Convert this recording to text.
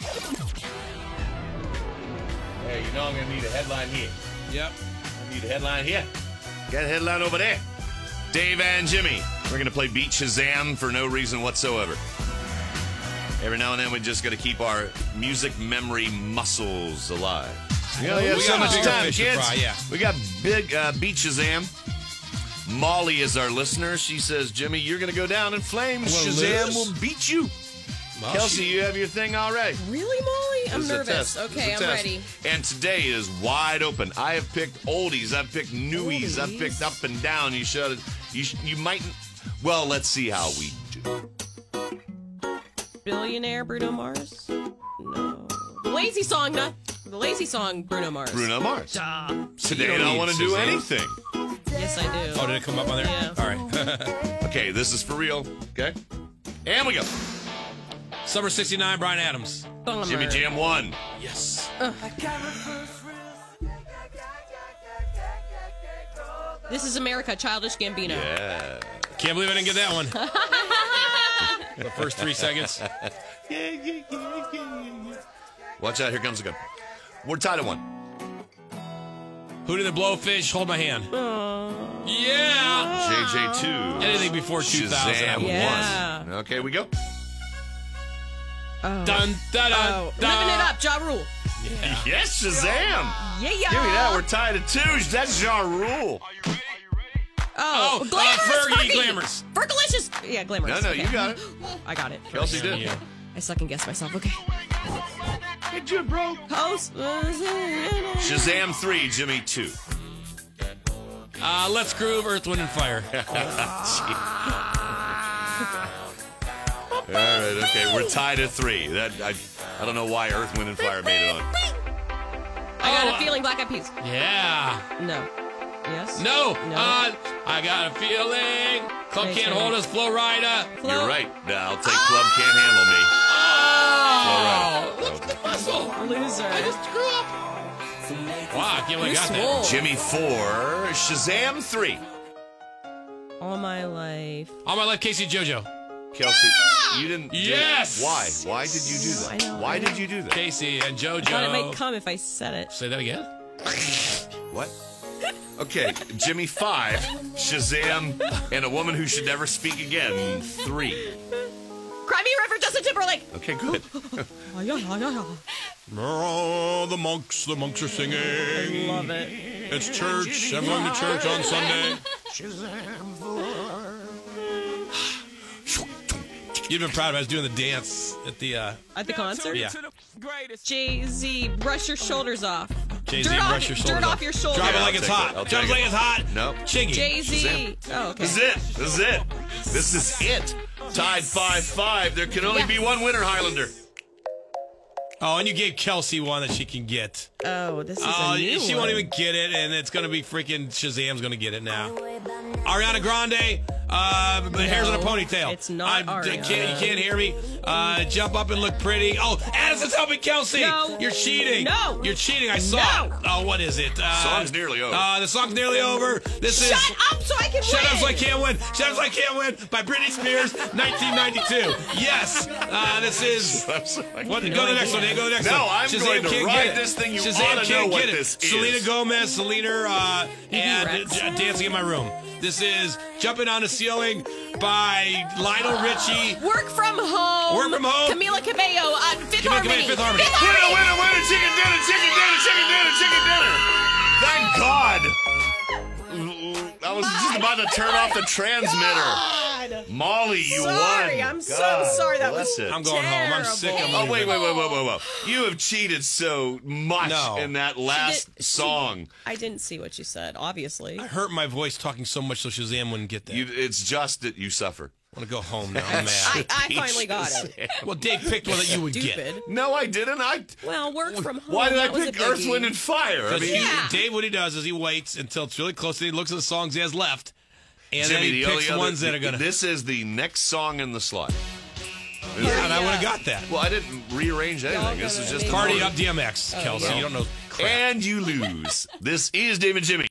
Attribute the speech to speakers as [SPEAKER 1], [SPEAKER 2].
[SPEAKER 1] Hey, you know I'm gonna need a headline here.
[SPEAKER 2] Yep.
[SPEAKER 1] I need a headline here. Got a headline over there. Dave and Jimmy. We're gonna play Beat Shazam for no reason whatsoever. Every now and then we just gotta keep our music memory muscles alive. We only have
[SPEAKER 2] We
[SPEAKER 1] Oh, so
[SPEAKER 2] got
[SPEAKER 1] much
[SPEAKER 2] bigger
[SPEAKER 1] time,
[SPEAKER 2] fish to
[SPEAKER 1] kids.
[SPEAKER 2] fry, yeah.
[SPEAKER 1] We got big uh, Beat Shazam. Molly is our listener. She says, Jimmy, you're gonna go down in flames.
[SPEAKER 2] We'll
[SPEAKER 1] Shazam
[SPEAKER 2] lose?
[SPEAKER 1] will beat you.
[SPEAKER 2] Well,
[SPEAKER 1] Kelsey,
[SPEAKER 2] she-
[SPEAKER 1] you have your thing already.
[SPEAKER 3] Really, Molly? I'm
[SPEAKER 1] This is a
[SPEAKER 3] nervous.
[SPEAKER 1] test. This
[SPEAKER 3] Okay,
[SPEAKER 1] is
[SPEAKER 3] I'm
[SPEAKER 1] a test.
[SPEAKER 3] ready.
[SPEAKER 1] And today is wide open. I have picked oldies. I've picked newies. I've
[SPEAKER 3] Oldies.
[SPEAKER 1] picked up and down. You should. You sh- you mightn't. Well, let's see how we do.
[SPEAKER 3] Billionaire Bruno Mars? No. The lazy song, not the lazy song Bruno Mars.
[SPEAKER 1] Bruno Mars.
[SPEAKER 3] Duh.
[SPEAKER 1] Today
[SPEAKER 2] You
[SPEAKER 1] I
[SPEAKER 2] don't
[SPEAKER 1] don't
[SPEAKER 2] need
[SPEAKER 1] want to do
[SPEAKER 2] Shazam.
[SPEAKER 1] anything.
[SPEAKER 3] Yes, I do.
[SPEAKER 2] Oh, did it come up on there?
[SPEAKER 3] Yeah.
[SPEAKER 2] All right.
[SPEAKER 1] Okay, this is for real. Okay, and we go.
[SPEAKER 2] Summer 69, Brian Adams.
[SPEAKER 3] Bummer.
[SPEAKER 1] Oh, Jimmy Jam one.
[SPEAKER 2] Yes.
[SPEAKER 3] This is America, Childish Gambino.
[SPEAKER 1] Yeah.
[SPEAKER 2] Can't believe I didn't get that one. the first three seconds.
[SPEAKER 1] Yeah, yeah, yeah, yeah, yeah. Watch out! Here comes a gun. We're tied at one.
[SPEAKER 2] Hootie the Blowfish, hold my hand. Yeah.
[SPEAKER 1] JJ two.
[SPEAKER 2] Anything before 2000.
[SPEAKER 1] Shazam
[SPEAKER 3] Yeah.
[SPEAKER 1] one. Okay, we go.
[SPEAKER 2] Dun, dun, dun,
[SPEAKER 3] Oh, living it up, Ja Rule.
[SPEAKER 1] Yes, Shazam.
[SPEAKER 3] Yeah, yeah.
[SPEAKER 1] Give me that. We're tied at two. That's Ja Rule.
[SPEAKER 3] oh,
[SPEAKER 2] Oh, uh,
[SPEAKER 3] glamorous.
[SPEAKER 2] Fergie,
[SPEAKER 3] Fergie.
[SPEAKER 2] glamorous.
[SPEAKER 3] Fergalicious. Yeah, glamorous.
[SPEAKER 1] No, no,
[SPEAKER 3] okay.
[SPEAKER 1] you got it.
[SPEAKER 3] I got it.
[SPEAKER 1] Kelsey did.
[SPEAKER 2] Yeah.
[SPEAKER 3] I second guess myself. Okay.
[SPEAKER 1] Hit you, bro.
[SPEAKER 3] Post.
[SPEAKER 1] Shazam 3, Jimmy 2.
[SPEAKER 2] Uh, let's groove Earth, Wind, and Fire.
[SPEAKER 1] All right, okay. We're tied at 3. That I, I don't know why Earth, Wind, and Fire made it on.
[SPEAKER 3] I got
[SPEAKER 2] Oh,
[SPEAKER 3] a feeling Black Eyed Peas.
[SPEAKER 2] Yeah.
[SPEAKER 3] No. Yes.
[SPEAKER 2] No.
[SPEAKER 3] No.
[SPEAKER 2] Uh, I got a feeling. Club
[SPEAKER 3] Thanks,
[SPEAKER 2] can't
[SPEAKER 3] Henry.
[SPEAKER 2] hold us. Flow Rider.
[SPEAKER 3] Flo-
[SPEAKER 1] You're right. Nah, I'll take Club Can't Handle Me.
[SPEAKER 2] Oh.
[SPEAKER 1] Flow Rider.
[SPEAKER 2] Look at the muscle.
[SPEAKER 3] Loser.
[SPEAKER 2] I just grew up. Wow, I can't believe I
[SPEAKER 3] You
[SPEAKER 2] got
[SPEAKER 3] swole.
[SPEAKER 2] that.
[SPEAKER 1] Jimmy 4, Shazam 3.
[SPEAKER 3] All my life.
[SPEAKER 2] All my life, Casey JoJo.
[SPEAKER 1] Kelsey, you didn't. do-
[SPEAKER 2] Yes!
[SPEAKER 1] Why? Why did you do that?
[SPEAKER 3] I know,
[SPEAKER 1] why
[SPEAKER 3] I
[SPEAKER 1] did you do that?
[SPEAKER 2] Casey and
[SPEAKER 3] I thought it might
[SPEAKER 2] JoJo.
[SPEAKER 3] come if I said it.
[SPEAKER 2] Say that again.
[SPEAKER 1] What? Okay, Jimmy 5, Shazam, and a woman who should never speak again 3.
[SPEAKER 3] Cry Me a River, Justin Timberlake.
[SPEAKER 1] Okay, good.
[SPEAKER 3] Oh, yeah, yeah, yeah, yeah.
[SPEAKER 2] the monks, the monks are singing.
[SPEAKER 3] Love it.
[SPEAKER 2] It's church. I'm going to church on Sunday. You'd been proud if I was doing the dance at the uh,
[SPEAKER 3] At the concert?
[SPEAKER 2] yeah.
[SPEAKER 3] Jay Z, brush your shoulders off.
[SPEAKER 2] Jay Z
[SPEAKER 3] Dirt off-
[SPEAKER 2] brush your
[SPEAKER 3] dirt
[SPEAKER 2] shoulders.
[SPEAKER 3] off your shoulder.
[SPEAKER 2] Drive it
[SPEAKER 1] Yeah,
[SPEAKER 2] like
[SPEAKER 1] I'll
[SPEAKER 2] it's
[SPEAKER 1] take
[SPEAKER 2] hot.
[SPEAKER 1] it. I'll
[SPEAKER 2] Drive
[SPEAKER 1] take
[SPEAKER 2] it like
[SPEAKER 1] it.
[SPEAKER 2] it's hot.
[SPEAKER 1] Nope.
[SPEAKER 2] Chiggy.
[SPEAKER 3] Jay Z. Oh, okay.
[SPEAKER 1] This is it. This is it. This is it. Tied 5 5. There can only be one winner, Highlander.
[SPEAKER 2] Oh, and you gave Kelsey one that she can get.
[SPEAKER 3] Oh, this is
[SPEAKER 2] Oh,
[SPEAKER 3] a new
[SPEAKER 2] she
[SPEAKER 3] one.
[SPEAKER 2] won't even get it, and it's gonna be freaking Shazam's gonna get it now. Ariana Grande, uh, the hairs in a ponytail.
[SPEAKER 3] it's not
[SPEAKER 2] I- d-
[SPEAKER 3] Ariana.
[SPEAKER 2] Can't, you can't hear me. Uh, jump up and look pretty. Oh, Addison's helping Kelsey.
[SPEAKER 3] No.
[SPEAKER 2] You're cheating.
[SPEAKER 3] No.
[SPEAKER 2] You're cheating. I saw.
[SPEAKER 3] No.
[SPEAKER 2] it. Oh, what is it? Uh,
[SPEAKER 1] Song's nearly over.
[SPEAKER 2] Uh, the song's nearly over. This is.
[SPEAKER 3] Shut up so I can
[SPEAKER 2] Shut
[SPEAKER 3] win.
[SPEAKER 2] Up So I Can't Win. Shut Up So I Can't Win by Britney Spears, 1992. Yes. Uh, this is.
[SPEAKER 1] I'm sorry.
[SPEAKER 2] What, go to the next one. Dave, Go to the next
[SPEAKER 1] No,
[SPEAKER 2] one.
[SPEAKER 1] I'm
[SPEAKER 2] Shazam
[SPEAKER 1] going to
[SPEAKER 2] can't
[SPEAKER 1] write
[SPEAKER 2] get it.
[SPEAKER 1] this thing. You
[SPEAKER 2] Shazam
[SPEAKER 1] oughta know
[SPEAKER 2] can't
[SPEAKER 1] what
[SPEAKER 2] get it.
[SPEAKER 1] this is.
[SPEAKER 2] Selena Gomez, Selena, uh, and
[SPEAKER 3] Rex.
[SPEAKER 2] J- Dancing in My Room. This is Jumping on the Ceiling by Lionel Richie.
[SPEAKER 3] Work from home.
[SPEAKER 2] Work from home.
[SPEAKER 3] Camila Cabello on Fifth
[SPEAKER 2] Camila Cabello,
[SPEAKER 3] Harmony.
[SPEAKER 2] Fifth Harmony.
[SPEAKER 1] Winner, winner, winner, chicken dinner, chicken dinner, chicken dinner, chicken dinner. Thank God. I was just about to turn off the transmitter.
[SPEAKER 3] God.
[SPEAKER 1] Molly, you
[SPEAKER 3] Sorry,
[SPEAKER 1] won.
[SPEAKER 3] I'm so
[SPEAKER 1] God
[SPEAKER 3] sorry. That
[SPEAKER 1] bless
[SPEAKER 3] was
[SPEAKER 1] it.
[SPEAKER 2] I'm going home. I'm sick. I'm
[SPEAKER 3] Terrible.
[SPEAKER 1] Oh wait,
[SPEAKER 2] leaving.
[SPEAKER 1] wait, wait, wait, wait, wait! You have cheated so much
[SPEAKER 2] No.
[SPEAKER 1] in that last
[SPEAKER 3] She did- she-
[SPEAKER 1] song.
[SPEAKER 3] I didn't see what you said, obviously.
[SPEAKER 2] I hurt my voice talking so much so Shazam wouldn't get that.
[SPEAKER 1] You, it's just that you suffer.
[SPEAKER 2] want to go home now. I'm mad.
[SPEAKER 3] I, I finally got it.
[SPEAKER 2] Well, Dave picked one that you would get.
[SPEAKER 3] Stupid.
[SPEAKER 1] No, I didn't. I.
[SPEAKER 3] Well, work from home.
[SPEAKER 1] Why did I
[SPEAKER 3] Oh, that was a
[SPEAKER 1] pick Earth,
[SPEAKER 3] biggie.
[SPEAKER 1] Wind, and Fire? I
[SPEAKER 2] Because
[SPEAKER 1] mean,
[SPEAKER 2] he-
[SPEAKER 3] Yeah.
[SPEAKER 2] Dave, what he does is he waits until it's really close, and he looks at the songs he has left, and
[SPEAKER 1] Jimmy,
[SPEAKER 2] then he
[SPEAKER 1] the
[SPEAKER 2] picks
[SPEAKER 1] only other-
[SPEAKER 2] ones that are gonna.
[SPEAKER 1] This is the next song in the slot.
[SPEAKER 2] yeah, and I would have
[SPEAKER 3] Yeah.
[SPEAKER 2] got that.
[SPEAKER 1] Well, I didn't rearrange anything. This
[SPEAKER 3] gotta
[SPEAKER 1] is just
[SPEAKER 3] leave.
[SPEAKER 1] the
[SPEAKER 2] Party
[SPEAKER 1] order.
[SPEAKER 2] up, DMX, Kelsey. You don't know crap.
[SPEAKER 1] And you lose. this is David Jimmy.